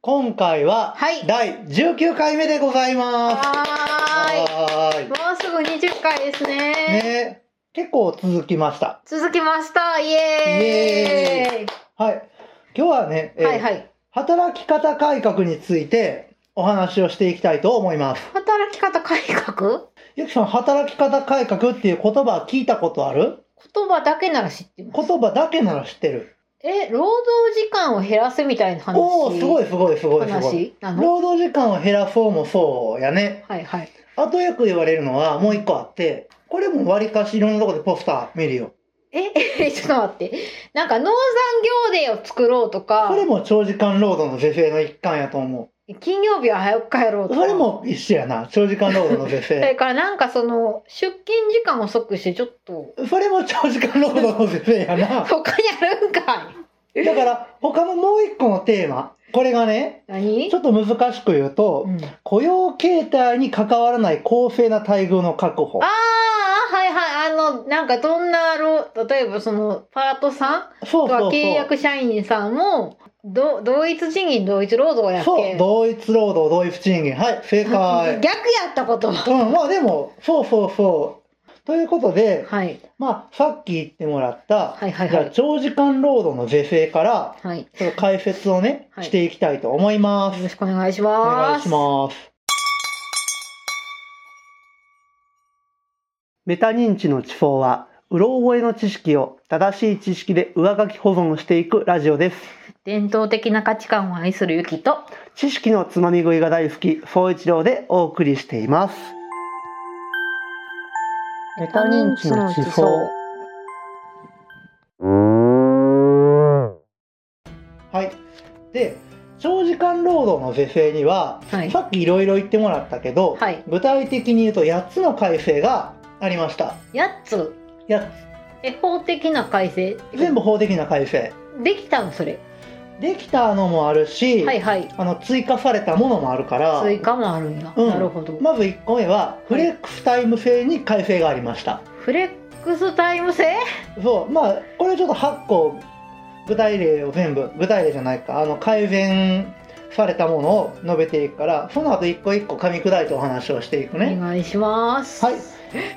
今回は、はい第19回目でございます。ははーーい。もうすぐ20回ですね。い。ね結構続きました。続きました。イエーイ。はい。今日はね、えーはいはい。働き方改革についてお話をしていきたいと思います。働き方改革ゆきさん、働き方改革っていう言葉は聞いたことある言葉だけなら知ってます。言葉だけなら知ってる。え、労働時間を減らすみたいな話。おおすごいすごいすごいすごい。話なの労働時間を減らそうもそうやね。はいはい。あとよく言われるのはもう一個あって、これも割かしいろんなとこでポスター見るよ。え、 ちょっと待って。なんか農産業デーを作ろうとかこ、れも長時間労働の是正の一環やと思金曜日は早く帰ろうう。とそか。れも一緒やな。長時間労働の是それ正。からなんかその、出勤時間を遅くしてちょっと、それも長時間労働の是正やな。他にあるんかい。だから他のもう一個のテーマ。これがね、何ちょっと難しく言うと、うん雇用形態に関わらない公正な待遇の確保あ。あ、はいはい。あの、なんかどんな労、例えばその、パートさんそとうそうそかう。契約社員さんも、ど同一賃金同一労働やっそう、け同一労働、同一賃金。はい、正解。 逆やったことは。うん、まあでも、そうそうそう。ということで、はい。まあ、さっき言ってもらった、はいはいはいじゃあ長時間労働の是正から、はい。その解説をね、はいしていきたいと思いまよろす。しくお願いしおま願いしす。ます。メタ認知の地方は、うろ覚えの知識を正しい知識で上書き保存していくラジオです。伝統的な価値観を愛するユキと、知識のつまみ食いが大好き、総一郎でお送りしています。メタ認知の地方。はい。で、長時間労働の是正には、はいさっきいろいろ言ってもらったけど、はい具体的に言うと8つの改正がありました。 8つ。やえ、法的な改正全部法的な改正。できたのそれ。できたのもあるし、はいはい。あの追加されたものもあるから、追加もあるんや。うんなるほど。まず1個目は、フレックスタイム制に改正がありました。フレックスタイム制そうまあこれちょっと8個具体例を全部具体例じゃないかあの改善されたものを述べていくからその後一個一個噛み砕いてお話をしていくおね。願いします。はい、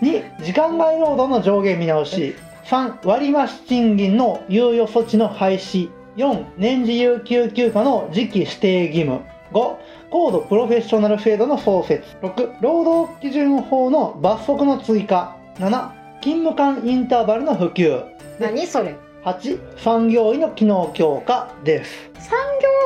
2時間外労働の上限見直し3割増し賃金の猶予措置の廃止4年次有給休暇の時期指定義務5高度プロフェッショナル制度の創設6労働基準法の罰則の追加7勤務間インターバルの普及何それ8産業医の機能強化です。産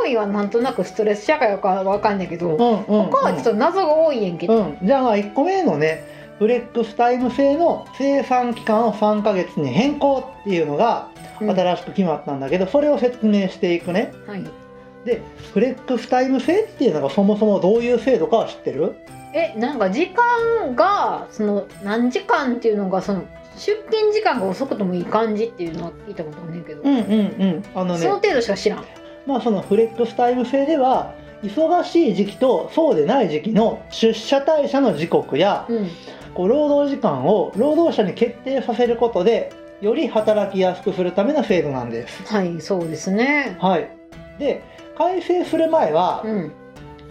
業医はなんとなくストレス社会かわかんないけんど、うん、他はちょっと謎が多いやんけど、うん、じゃあまあ1個目のねフレックスタイム制の生産期間を3ヶ月に変更っていうのがうんは新しく決まったんだけど、それを説明していくねい、でフレックスタイム制っていうのがそもそもどういう制度かは知ってるえなんか時間がその何時間っていうのがその出勤時間が遅くてもいい感じっていうのは聞いたことあんねんけど、うんうんうんあのそのね程度しか知らんまあそのフレックスタイム制では忙しい時期とそうでない時期の出社退社の時刻や、うんこう労働時間を労働者に決定させることでより働きやすくするための制度なんです。はいそうですねはい、で改正する前は、うん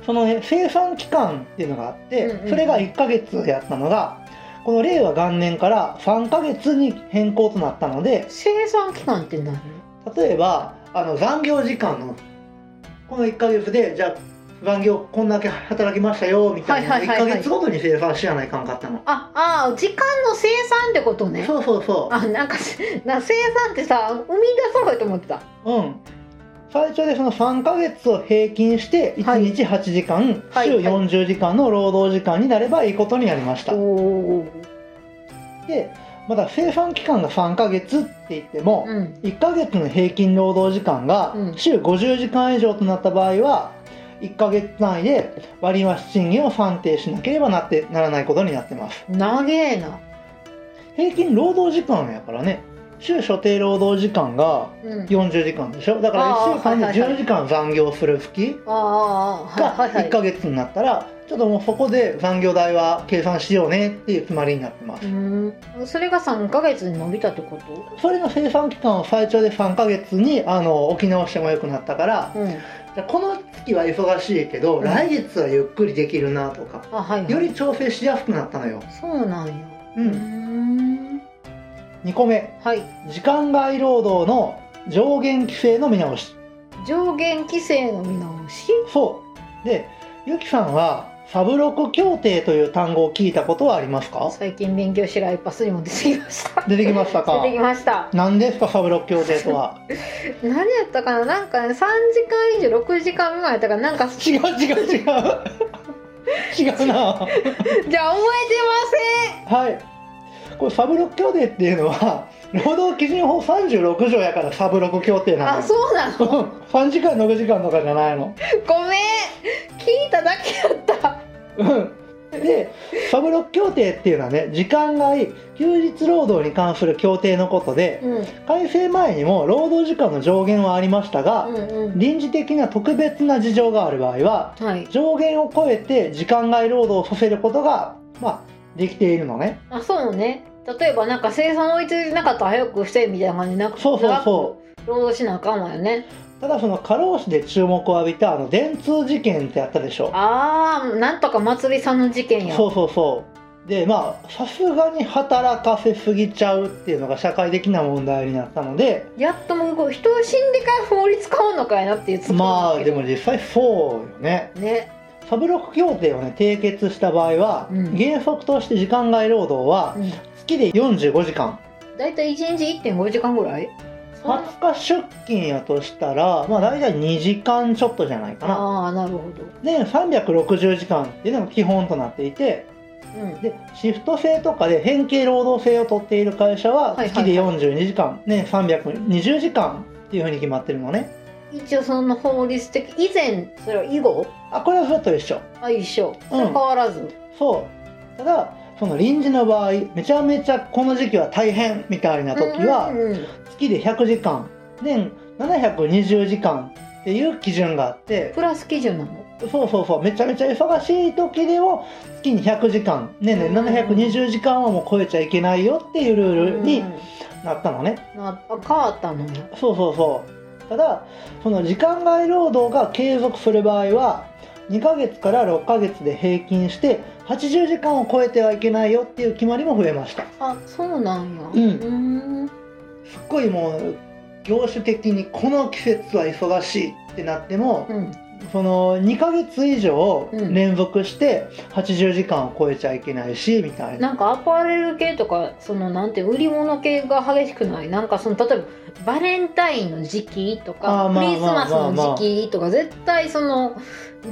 その、ね、生産期間っていうのがあって、うんうんうんそれが1ヶ月やったのがこの令和元年から3ヶ月に変更となったので生産期間って何例えばあの残業時間のこの1ヶ月でじゃあ残業こんだけ働きましたよみたいなはい1はいはいヶはい月ごとに生産しやないかんかったの。ああー時間の生産ってことねそうそうそうあなんかな生産ってさ生み出そうやと思ってたうん、最長でその3ヶ月を平均してはい1日8時間、はい週はい40時間の労働時間になればいいことになりました、おおでまた生産期間が3ヶ月って言っても、うん1ヶ月の平均労働時間がうん週50時間以上となった場合は1ヶ月単位で割増賃金を算定しなければなってならないことになってます長えな平均労働時間やからね週所定労働時間がうん40時間でしょだからあー1週間ではいはいはい10時間残業する月ああがああはいは1いヶはい月になったらちょっともうそこで残業代は計算しようねっていう決まりになってまうすーんそれが3ヶ月に伸びたってことそれの生産期間を最長で3ヶ月にあの置き直してもよくなったからうんじじゃあこの月は忙しいけど、うん来月はゆっくりできるなとかあはい、はい、より調整しやすくなったのよ、そうなんやう、うんん2個目はい時間外労働の上限規制の見直し上限規制の見直しそうでゆきさんはサブロク協定という単語を聞いたことはありますか最近勉強してるアイパスにも出てきました出てきましたか出てきました何ですかサブロク協定とは何やったかななんかね3時間以上6時間ぐらいやったからなんか 違う違う違う 違うなじゃあ覚えはい。これサブロック協定っていうのは 労働基準法36条やからサブロック協定てませんなあ の。そうなの3時間6時間とかじゃないの。ごめん聞いただけやったうんでサブロック協定っていうのはね時間外休日労働に関する協定のことでうん改正前にも労働時間の上限はありましたがうんうん臨時的な特別な事情がある場合ははい上限を超えて時間外労働をさせることが、まあ、できているのね。あそうね例えばなんか生産追いついてなかったら早くしてみたいな感じでなんかそうそうそう長く労働しなあかんわよねただその過労死で注目を浴びたあの電通事件ってあったでしょあーなんとか祭りさんの事件やそうそうそうでまあさすがに働かせすぎちゃうっていうのが社会的な問題になったのでやっともうこう人を死んでから法律変わんのかいなっていうツッコミまあだでけども実際そうよねねサブロック協定をね締結した場合は、うん原則として時間外労働はうん月で45時間だいたい1日1.5時間ぐらいそんな20日出勤やとしたらまあ大体2時間ちょっとじゃないかなああなるほどで360時間っていうのが基本となっていてうんでシフト制とかで変形労働制を取っている会社ははいはい月で42時間、ね、320時間っていうふうに決まってるのね一応その法律的以前それは以後あこれはずっと一緒あ一緒それは変わらず、そうただその臨時の場合めちゃめちゃこの時期は大変みたいな時うはんうんうん月で100時間年720時間っていう基準があってプラス基準なのそうそうそうめちゃめちゃ忙しい時でも月に100時間年うん720時間はもう超えちゃいけないよっていうルールにうんうんなったのね。なあ変わったのよそうそうそうただその時間外労働が継続する場合は2ヶ月から6ヶ月で平均して80時間を超えてはいけないよっていう決まりも増えましたあそうなんやうんーんすっごいもう業種的にこの季節は忙しいってなってもうんその2ヶ月以上うん連続して80時間を超えちゃいけないしみたいななんかアパレル系とかそのなんていう売り物系が激しくないなんかその例えばバレンタインの時期とあかークまあリスマスまあまあまのあ時期とか絶対その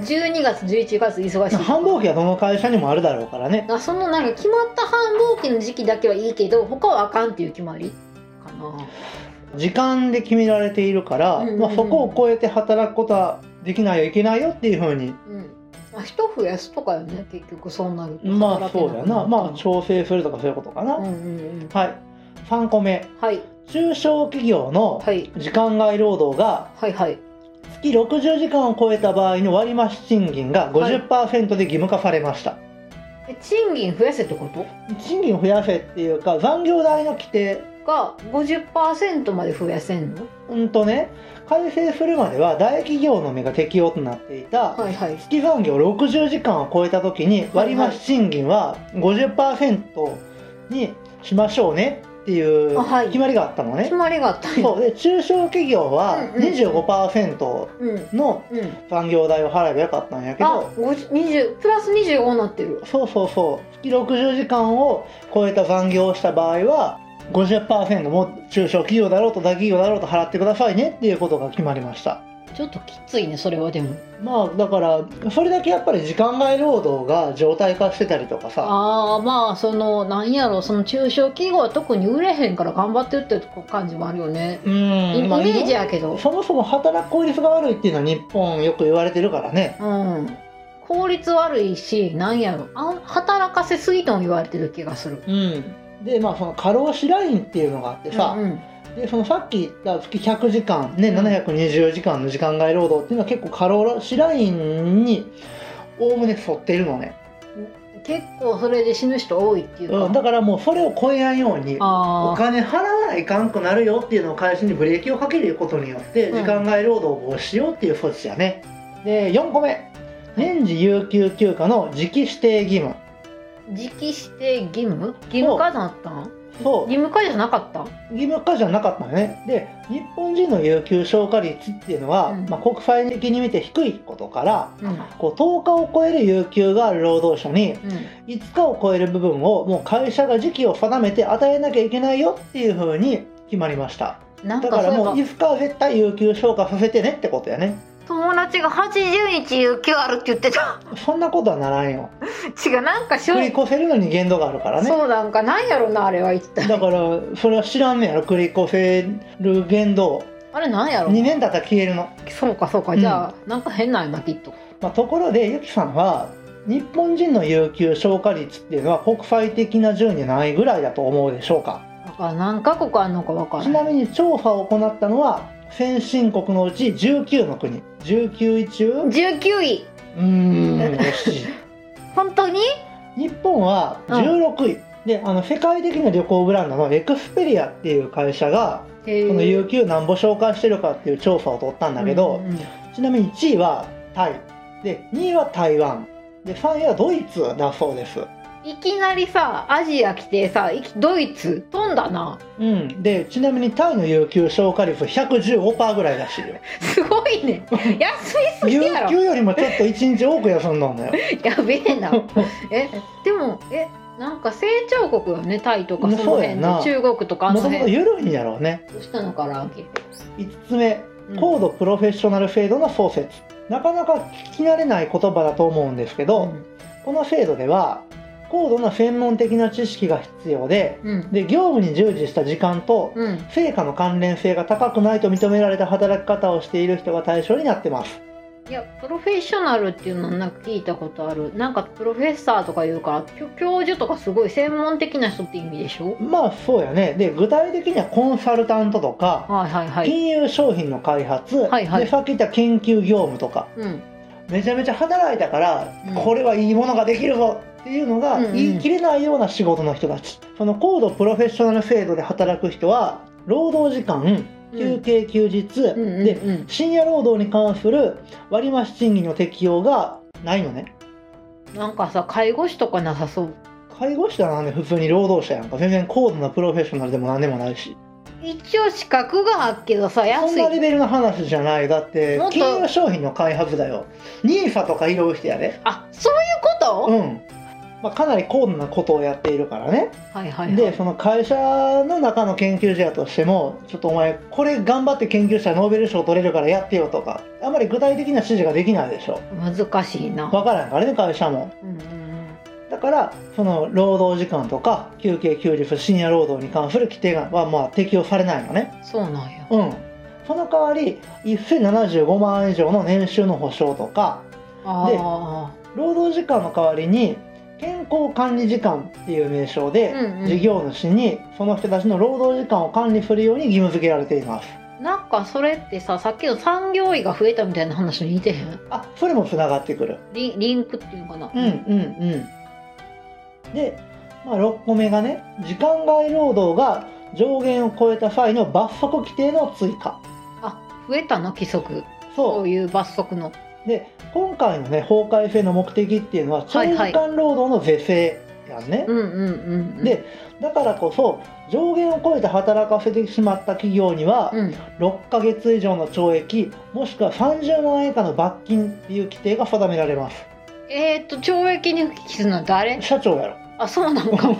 12月11月忙しい繁忙期はどの会社にもあるだろうからねあそのなんか決まった繁忙期の時期だけはいいけど他はあかんっていう決まりかな時間で決められているから、うんうんうんまあ、そこを超えて働くことはできないよいけないよっていうふうにうんまあ人増やすとかよね結局そうなるとまあそうだなまあょ調整するとかそういうことかな、うんうんうんはい3個目はい中小企業のはい時間外労働がはいはい月60時間を超えた場合の割増賃金が50%で義務化されました、え賃金増やせってこと賃金を増やせっていうか残業代の規定が50%まで増やせんのうんとね改正するまでは大企業のみが適用となっていた、はいはい月残業60時間を超えた時にはいは割い増賃金は50%にしましょうねっていうあはい決まりがあったのね、決まりがあったんや そうで中小企業はうんうん25%うんのうん残業代を払えばよかったんやけあど50 20プラス25になってるそうそうそう月60時間を超えた残業をした場合は50%も中小企業だろうと大企業だろうと払ってくださいねっていうことが決まりましたちょっときついねそれはでもまあだからそれだけやっぱり時間外労働が常態化してたりとかさああまあそのなんやろその中小企業は特に売れへんから頑張ってるって感じもあるよね、うんイイまあメージやけどそもそも働く効率が悪いっていうのは日本よく言われてるからねうん効率悪いしなんやろあ働かせすぎとも言われてる気がするうんでまあその過労死ラインっていうのがあってさ、うんうんでそのさっき言った月100時間ねうん720時間の時間外労働っていうのは結構過労死ラインにおおむね沿ってるのね結構それで死ぬ人多いっていうか、うん、だからもうそれを超えないようにおああ金払わないかんくなるよっていうのを会社にブレーキをかけることによってうん時間外労働を防止しようっていう措置やね、で4個目年次有給休暇の時期指定義務時期指定義務義務化だったんそう義務化じゃなかったん義務化じゃなかったのねで日本人の有給消化率っていうのは、うんまあ、国際的に見て低いことからうんこう10日を超える有給がある労働者にうん5日を超える部分をもう会社が時期を定めて与えなきゃいけないよっていうふうに決まりましたなんだかからもそうういえば5日は絶対有給消化させてねってことやね友達が80日有給あるって言ってた そんなことはならんよ違うなんかしょ繰り越せるのに限度があるからねそうなんかなんやろなあれは一体だからそれは知らんねやろ繰り越せる限度あれなんやろ2年経ったら消えるの、そうかそうか、うんじゃあなんか変なんやなきっとまあ、ところでゆきさんは日本人の有給消化率っていうのは国際的な順にないぐらいだと思うでしょうかだから何カ国あんのかわからちなないみに調査を行ったのは先進国のうち19の国19位中う19位ーん惜しい本当に日本は16位、であの世界的な旅行ブランドのエクスペリアっていう会社がへこのー有給なんぼ紹介してるかっていう調査を取ったんだけど、うんうんちなみに1位はタイで2位は台湾で3位はドイツだそうです。いきなりさアジア来てさいきドイツ飛んだなうん、でちなみにタイの有給消化率115%ぐらいらしいよすごいね安いすぎ有やろ給よりもちょっと1日多く休んだんだよやべ えなえでもえなんか成長国よねタイとかそのそうや辺なの中国とかあものともと辺緩いんやろうねどうしたのかな秋5つ目うん高度プロフェッショナル制度の創設なかなか聞き慣れない言葉だと思うんですけど、この制度では高度な専門的な知識が必要でうんで業務に従事した時間とうん成果の関連性が高くないと認められた働き方をしている人が対象になってますいやプロフェッショナルっていうのなんか聞いたことあるなんかプロフェッサーとかいうからきょ教授とかすごい専門的な人って意味でしょまあそうやねで具体的にはコンサルタントとかはいはいはい金融商品の開発、はいはいでさっき言った研究業務とかうんめちゃめちゃ働いたから、うんこれはいいものができるぞっていうのがうんうん言い切れないような仕事の人たち、その高度プロフェッショナル制度で働く人は労働時間休憩休日、うんうんでうんうん深夜労働に関する割増賃金の適用がないのねなんかさ介護士とかなさそう介護士だなんで普通に労働者やんか全然高度なプロフェッショナルでも何でもないし一応資格があるけどさそん安なレいベルの話じゃないだってもっと金融商品の開発だよ NISA とか色々してやであそういうこと、うん、まあ、かなり高度なことをやっているからねはいはいはいでその会社の中の研究者やとしてもちょっとお前これ頑張って研究したらノーベル賞取れるからやってよとかあんまり具体的な指示ができないでしょ難しいな、分からんからね会社もうんうんだからその労働時間とか休憩休日深夜労働に関する規定がはまあ適用されないのねうん、そうなんやうんその代わり1075万円以上の年収の保障とかあ労働時間の代わりに健康管理時間っていう名称あ、で、うんう事ん、業主にその人たちの労働時間を管理するように義務付けられていますなんかそれってささっきの産業医が増えたみたいな話に似てへんあそれもつながってくるリリンクっていうのかな、うんうんうんで、まあ、6個目がね時間外労働が上限を超えた際の罰則規定の追加増えたの規則そそうういう罰則ので今回のね法改正の目的っていうのは長はい時はい間労働の是正やんね、うんうんうんうんでだからこそ上限を超えて働かせてしまった企業には、うん6ヶ月以上の懲役もしくは30万円以下の罰金っていう規定が定められますえーっと懲役に復帰するのは誰社長やろあそうなのか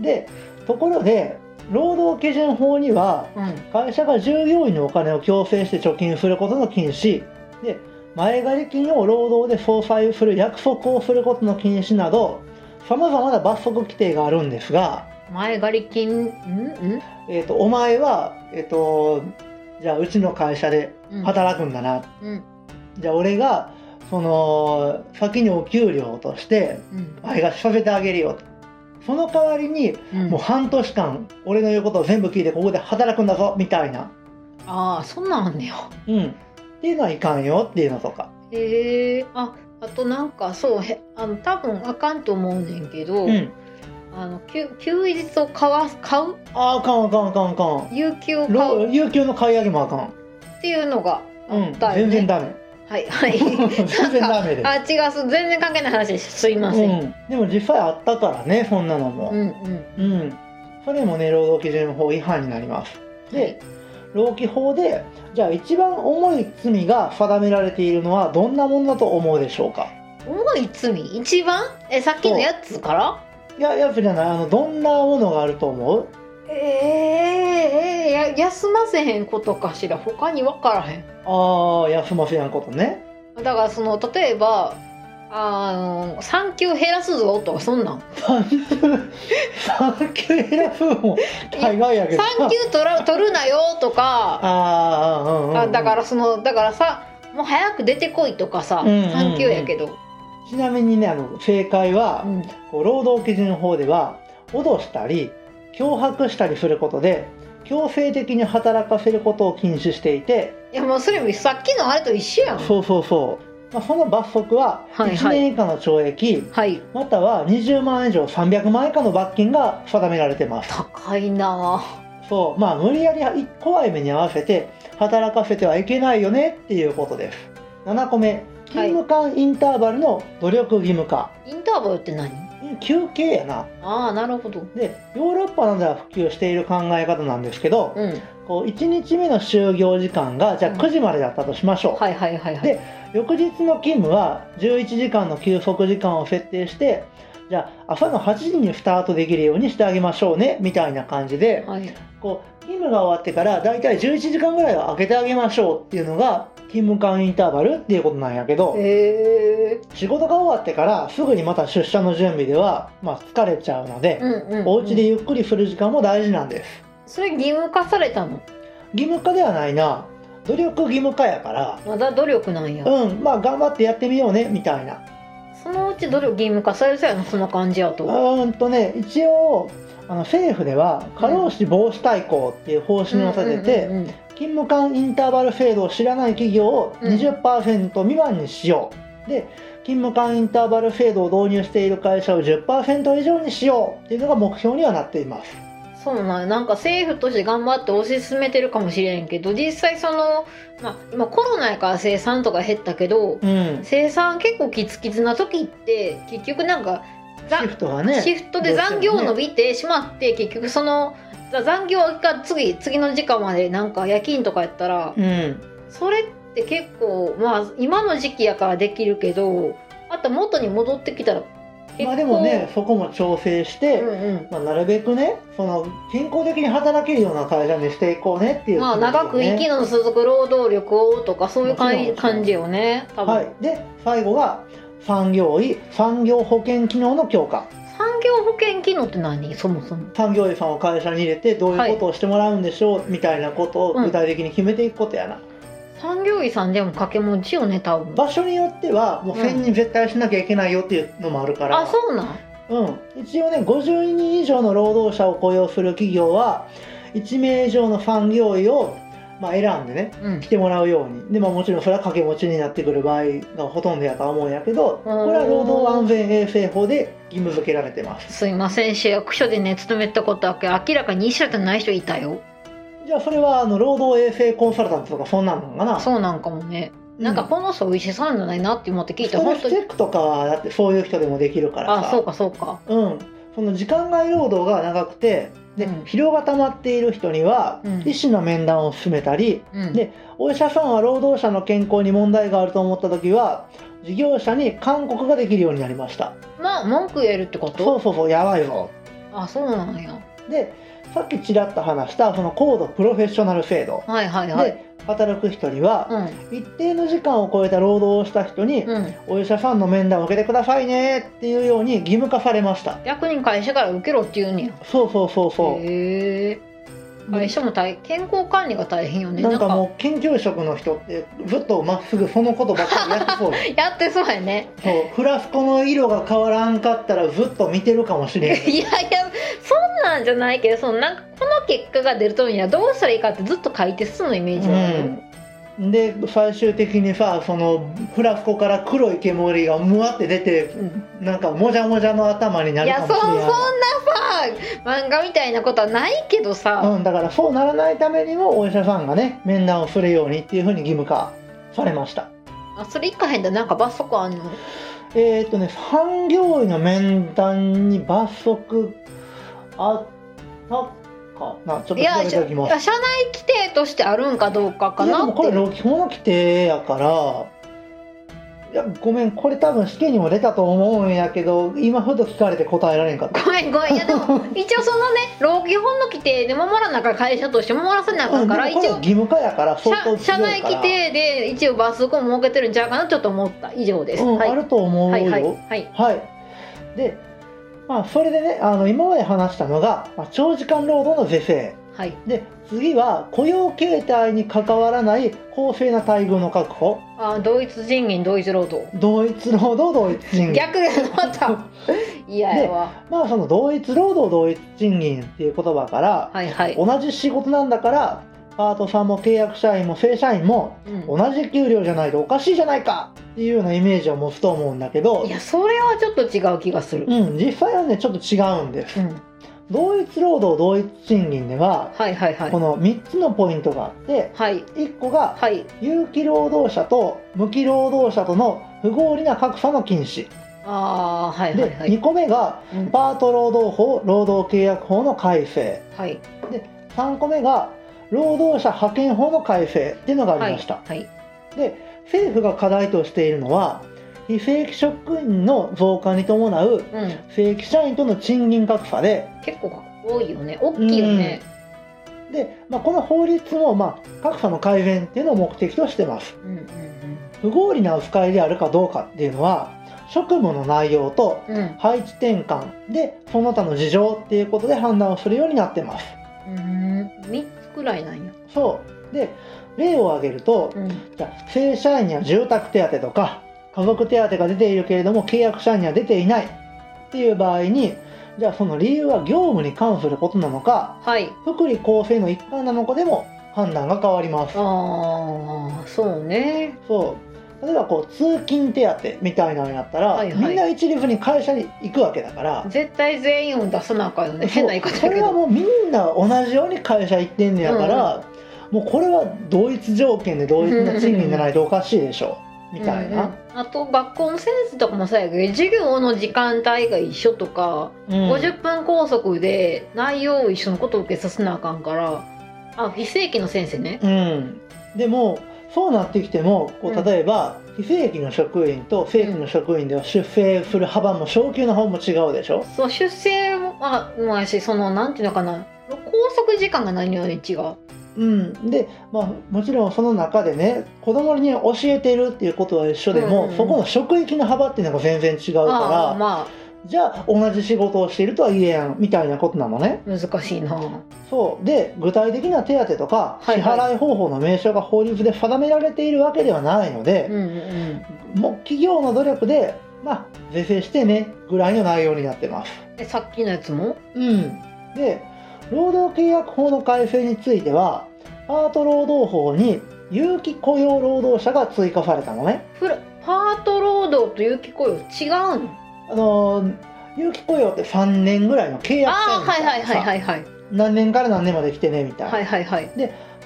でところで労働基準法にはうん会社が従業員のお金を強制して貯金することの禁止で前借り金を労働で相殺する約束をすることの禁止などさまざまな罰則規定があるんですが、前借り金んえー、とお前は、えー、とじゃあうちの会社でうん働くんだな、うんうんじゃあ俺がその先にお給料としてうん倍貸しさせてあげるよその代わりにうんもう半年間俺の言うことを全部聞いてここで働くんだぞみたいな、ああそんなんあんねやうん、っていうのはいかんよっていうのとかへえああとなんかそうへあの多分あかんと思うねんけど、うんあの休休日を買わ買うああかんあかんあかんあかん有給を買ロう有給の買い上げもあかん、っていうのがあうんったよ全ね、然ダ メはい はい全然ダメですあ違うそう全然関係ない話ですすいません、うん、でも実際あったからねそんなのうん、も、うんうんそれもね労働基準法違反になりますで労基法でじゃあ一番重い罪が定められているのはどんなものだと思うでしょうか重い罪一番えさっきのやつからいややつじゃないあのどんなものがあると思うえー、えーや休ませへんことかしら他に分からへんああ休ませやんことねだからその例えばあの産休減らすぞとかそんなん産休減らすのも大概やけど産休取ら 取るなよとかああうんうんうんあだからそのだからさもう早く出てこいとかさうんうんうん産休やけど、ちなみにねあの正解は、うんこう労働基準法では脅したり脅迫したりすることで強制的に働かせることを禁止していていやもうそれさっきのあれと一緒やんそうそうそう、まあ、その罰則ははいはい1年以下の懲役、はいまたは20万円以上300万円以下の罰金が定められてます高いなぁそうまあ無理やり怖い目に合わせて働かせてはいけないよねっていうことです7個目勤務間インターバルの努力義務化、インターバルって何休憩やなああなるほどでヨーロッパなどでは普及している考え方なんですけど、うんこう1日目の就業時間がじゃあうん9時までだったとしましょう、はいはいはいはいで翌日の勤務は11時間の休息時間を設定してじゃあ朝の8時にスタートできるようにしてあげましょうねみたいな感じではいこう勤務が終わってからだいたい11時間ぐらいは空けてあげましょうっていうのが勤務間インターバルっていうことなんやけどへえ仕事が終わってからすぐにまた出社の準備では、まあ、疲れちゃうので、うんうん、うん、お家でゆっくりする時間も大事なんですそれ義務化されたの義務化ではないな努力義務化やからまだ努力なんや、うんまあ頑張ってやってみようねみたいなそのうち努力義務化されそうやなそんな感じやうとーんとね一応あの政府では過労死防止大綱っていう方針を立てうんてうんうんうん勤務間インターバル制度を知らない企業をうん20%未満にしようで勤務間インターバル制度を導入している会社を10%以上にしようっていうのが目標にはなっていますそうなんやなんか政府として頑張って推し進めてるかもしれんけど実際その、まあ、今コロナやから生産とか減ったけどうん生産結構キツキツな時って結局なんかざシフトがねシフトで残業伸びてしまって結局そのざ残業が次次の時間までなんか夜勤とかやったらうんそれって結構まあ今の時期やからできるけどあと元に戻ってきたら結構まあでもねそこも調整して、うんうんまあ、なるべくねその健康的に働けるような会社にしていこうねっていう、まあ長く生きの続く労働力をとかそういう感もちろんもじちろん感じよね多分、はいで最後が産業医産業保険機能の強化産業保険機能って何そもそも産業医さんを会社に入れてどういうことをしてもらうんでしょう、みたいなことをうん具体的に決めていくことやな、産業医さんでも掛け持ちよね多分場所によってはもううん1000人絶対しなきゃいけないよっていうのもあるから、あそうなんうん、一応ね50人以上の労働者を雇用する企業は1名以上の産業医を、まあ、選んでねうん来てもらうようにで、まあ、もちろんそれは掛け持ちになってくる場合がほとんどやとは思うんやけどこれは労働安全衛生法で義務付けられてますすいません市役所でね勤めたことあるけど明らかに医者じゃない人いたよじゃあそれはあの労働衛生コンサルタントとかそんなんなんかなそうなんかもね、なんかうこの人お医者さんじゃないなって思って聞いスたトレ本ス当チにェックとかはだってそういう人でもできるからさあそうかそうかうん、その時間外労働が長くてで、うん疲労が溜まっている人には、うん医師の面談を進めたりうんでお医者さんは労働者の健康に問題があると思った時は事業者に勧告ができるようになりましたまあ文句言えるってことそうそうそうやばいぞあそうなんやでさっきちらっと話したその高度プロフェッショナル制度はいはいはいで働く人にはうん一定の時間を超えた労働をした人にうんお医者さんの面談を受けてくださいねっていうように義務化されました逆に会社から受けろって言うんやそうそうそうそうへえ会社も大健康管理が大変よねなんかもう研究職の人ってずっとまっすぐそのことばっかりやってそうややってそうやねそうフラスコの色が変わらんかったらずっと見てるかもしいれやん いやそんなんじゃないけどそのなんかこの結果が出るためにはどうしたらいいかってずっと書いてすのイメージはある、うんで最終的にさそのフラスコから黒い煙がむわって出てうんなんかもじゃもじゃの頭にないるかやもそしそんれなないさ漫画みたいなことはないけどさ、うん、だからそうならないためにもお医者さんがね面談をするようにっていうふうに義務化されましたあそれいかへんだなんか罰則あんのえーっとね産業医の面談に罰則あったかなちょっと調いやべじてゃおいきますや社内規定としてあるんかどうかかいやなでってもこれ基本の規定やからいやごめんこれ多分試験にも出たと思うんやけど今ふと聞かれて答えられんかったごめんごめんいやでも一応そのね労基本の規定で守らなきゃ会社として守らせなあかうんんか ら、でもこ一れは応義務化やから相当強社いから社内規定で一応罰則を設けてるんちゃうかなちょっと思った以上です、うんはいあると思うよ、はいはいはいはい。で、まあ、それでね、あの、今まで話したのが、まあ、長時間労働の是正。はいで、次は、雇用形態に関わらない公正な待遇の確保。あ同一人員同一労働同一労働、同一賃金。逆がまた嫌やわまあ、その同一労働、同一賃金っていう言葉から、はいはい、同じ仕事なんだから、パートさんも契約社員も正社員もうん同じ給料じゃないとおかしいじゃないかっていうようなイメージを持つと思うんだけどい、やそれはちょっと違う気がするうん、実際はねちょっと違うんです。うん同一労働同一賃金でははいはいはいこの3つのポイントがあってはい1個がはい有期労働者と無期労働者との不合理な格差の禁止ああはいはいではい2個目がうんパート労働法労働契約法の改正はい3個目が労働者派遣法の改正っていうのがあはりいました、はいで政府が課題としているのは非正規職員の増加に伴ううん正規社員との賃金格差で結構多いよね大きいよね、で、まあ、この法律も、まあ、格差の改善っていうのを目的としてますうん、うん不合理な扱いであるかどうかっていうのは職務の内容とうんうん配置転換でその他の事情っていうことで判断をするようになってますうん3つくらいなんや、そうで例を挙げるとうん、じゃあ正社員には住宅手当とか家族手当が出ているけれども契約社員には出ていないっていう場合にじゃあその理由は業務に関することなのかはい福利厚生の一環なのかでも判断が変わりますああそうねそう例えばこう通勤手当みたいなのやったら、はいはいみんな一律に会社に行くわけだから絶対全員を出さなあかんよねそう変な言い方そだけれはどもうみんな同じように会社行ってんねやから、もうこれは同一条件で同一な賃金じゃないとおかしいでしょみたいな、うんうんあと学校の先生とかもそうやけど授業の時間帯が一緒とか、うん50分拘束で内容を一緒のことを受けさせなあかんからあ非正規の先生ねうんでもそうなってきてもこうんう例えば非正規の職員と正規の職員では出世する幅も昇給の方も違うでしょそう出生もあもやしそのなんていうのかな拘束時間が何より違ううん、で、まあ、もちろんその中でね子供に教えてるっていうことは一緒でも、うんうんそこの職域の幅っていうのが全然違うからああまあじゃあ同じ仕事をしているとは言えやんみたいなことなのね。難しいなそうで具体的な手当とか支はいはい払い方法の名称が法律で定められているわけではないのうで、んうんもう企業の努力で、まあ、是正してねぐらいの内容になってます。えさっきのやつもうん、で労働契約法の改正についてはパート労働法に有期雇用労働者が追加されたのね。フルパート労働と有期雇用違うのあのー有期雇用って3年ぐらいの契約ああ社員みたはいいなはいはいはいはい何年から何年まで来てねみたいな、はいはいはい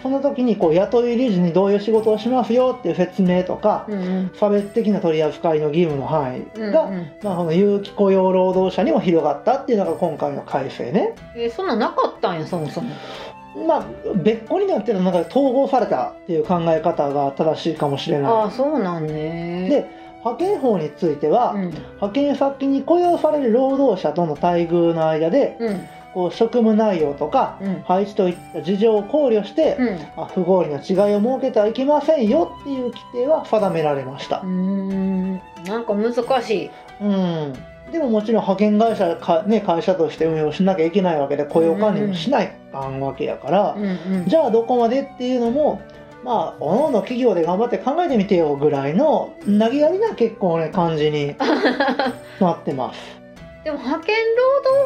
その時にこう雇い理事にどういう仕事をしますよっていう説明とか、うんうん差別的な取り扱いの義務の範囲うんが、うんまあ、この有期雇用労働者にも広がったっていうのが今回の改正ね。えそんなんなかったんやそもそもまあ、別個になってるのが統合されたっていう考え方が正しいかもしれあなあそうなんねい。で派遣法については、うん派遣先に雇用される労働者との待遇の間でうんこう職務内容とかうん配置といった事情を考慮して、うんまあ不合理な違いを設けてはいけませんよっていう規定は定められましたうー、んなんか難しいうん、でももちろん派遣会社か、ね、会社として運用しなきゃいけないわけで雇用管理もしないかんわけやから、うんうんじゃあどこまでっていうのもまあ各々企業で頑張って考えてみて よぐらいのなぎやりな結構ね感じになってます。 でも派遣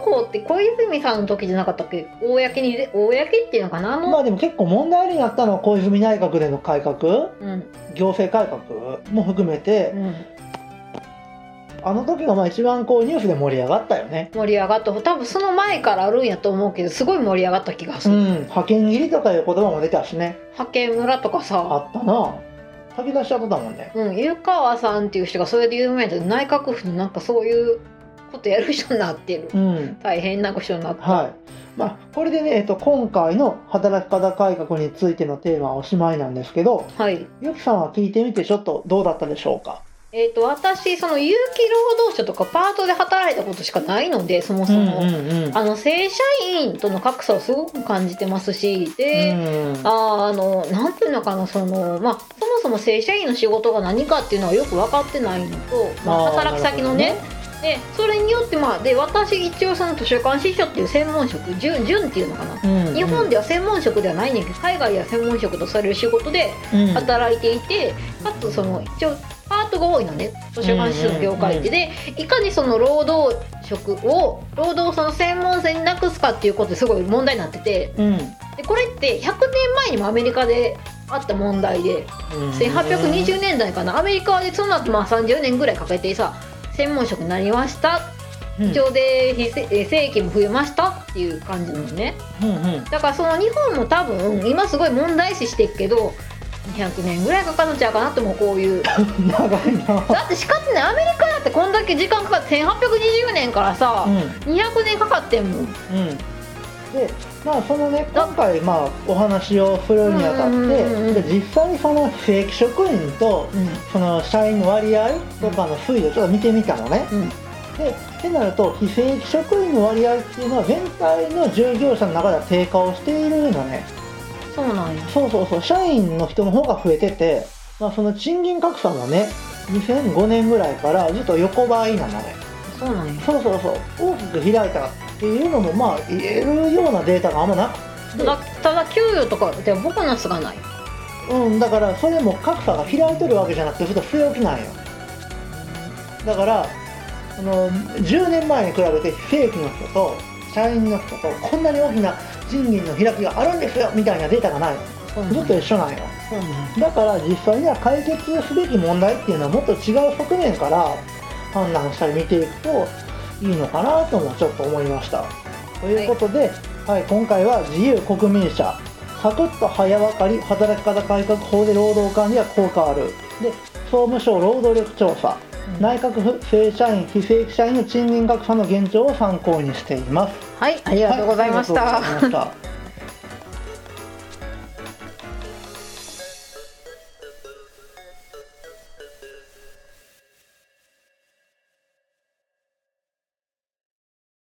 労働法って小泉さんの時じゃなかったっけ公にで公っていうのかなあの、まあでも結構問題になったのは小泉内閣での改革うん行政改革も含めてうん、あの時がまあ一番こうニュースで盛り上がったよね。盛り上がった多分その前からあるんやと思うけどすごい盛り上がった気がすうる、ん、派遣切りとかいう言葉も出たしね派遣村とかあさったな炊き出しちゃったもんねうん湯川さんっていう人がそれで有名だけど内閣府のなんかそういうことやる人になってるうん大変な人になった、はい。まあ、これでね、えっと、今回の働き方改革についてのテーマはおしまいなんですけど、はいゆきさんは聞いてみてちょっとどうだったでしょうか。えー、と私その有期労働者とかパートで働いたことしかないのでそもそも、うんあの正社員との格差をすごく感じてますしで、うんあーあのなんていうのかなその、まあ、そもそも正社員の仕事が何かっていうのはよく分かってないのと、まああー働き先のねなるでそれによって、まあ、で私一応その図書館司書っていう専門職準準っていうのかなうん日本では専門職ではないねんけど海外では専門職とされる仕事でうん働いていてかつその一応パートが多いのね図書館室の業界ってうでいかにその労働職を労働その専門性になくすかっていうことですごい問題になっててうんでこれって100年前にもアメリカであった問題で1820年代かなアメリカでその後まあ30年ぐらいかけてさ専門職になりましたうん上で非正えー正規も増えましたっていう感じなのねうんうんだからその日本も多分今すごい問題視してるけど200年ぐらいかかるんちゃうかなともこういうだ長いな。ってしかしねアメリカだってこんだけ時間かかって1820年からさうん、 200年かかってんもんうん。で、まあそのね今回まあお話をするにあたっうんうんうんて、で実際にその正規職員とその社員の割合とかの推移をちょっと見てみたのね。うんでってなると非正規職員の割合っていうのは全体の従業者の中では低下をしているのねそうなんやそうそうそう社員の人の方が増えてて、まあ、その賃金格差もね2005年ぐらいからずっと横ばいなのねそうなんやそうそうそう大きく開いたっていうのもまあ言えるようなデータがあんまなくただただ給与とかでボーナスがないうんだからそれも格差が開いてるわけじゃなくてずっと据え置きなんよだからあの10年前に比べて正規の人と社員の人とこんなに大きな賃金の開きがあるんですよみたいなデータがないのそうなんずやっと一緒なんよそうなんやだから実際には解決すべき問題っていうのはもっと違う側面から判断したり見ていくといいのかなともちょっと思いました。ということで、はい今回は自由国民社サクッと早分かり働き方改革法で労働管理は効果あるで総務省労働力調査うん内閣府正社員非正規社員の賃金格差の現状を参考にしています。はいありがとうございました、はいありがとうございました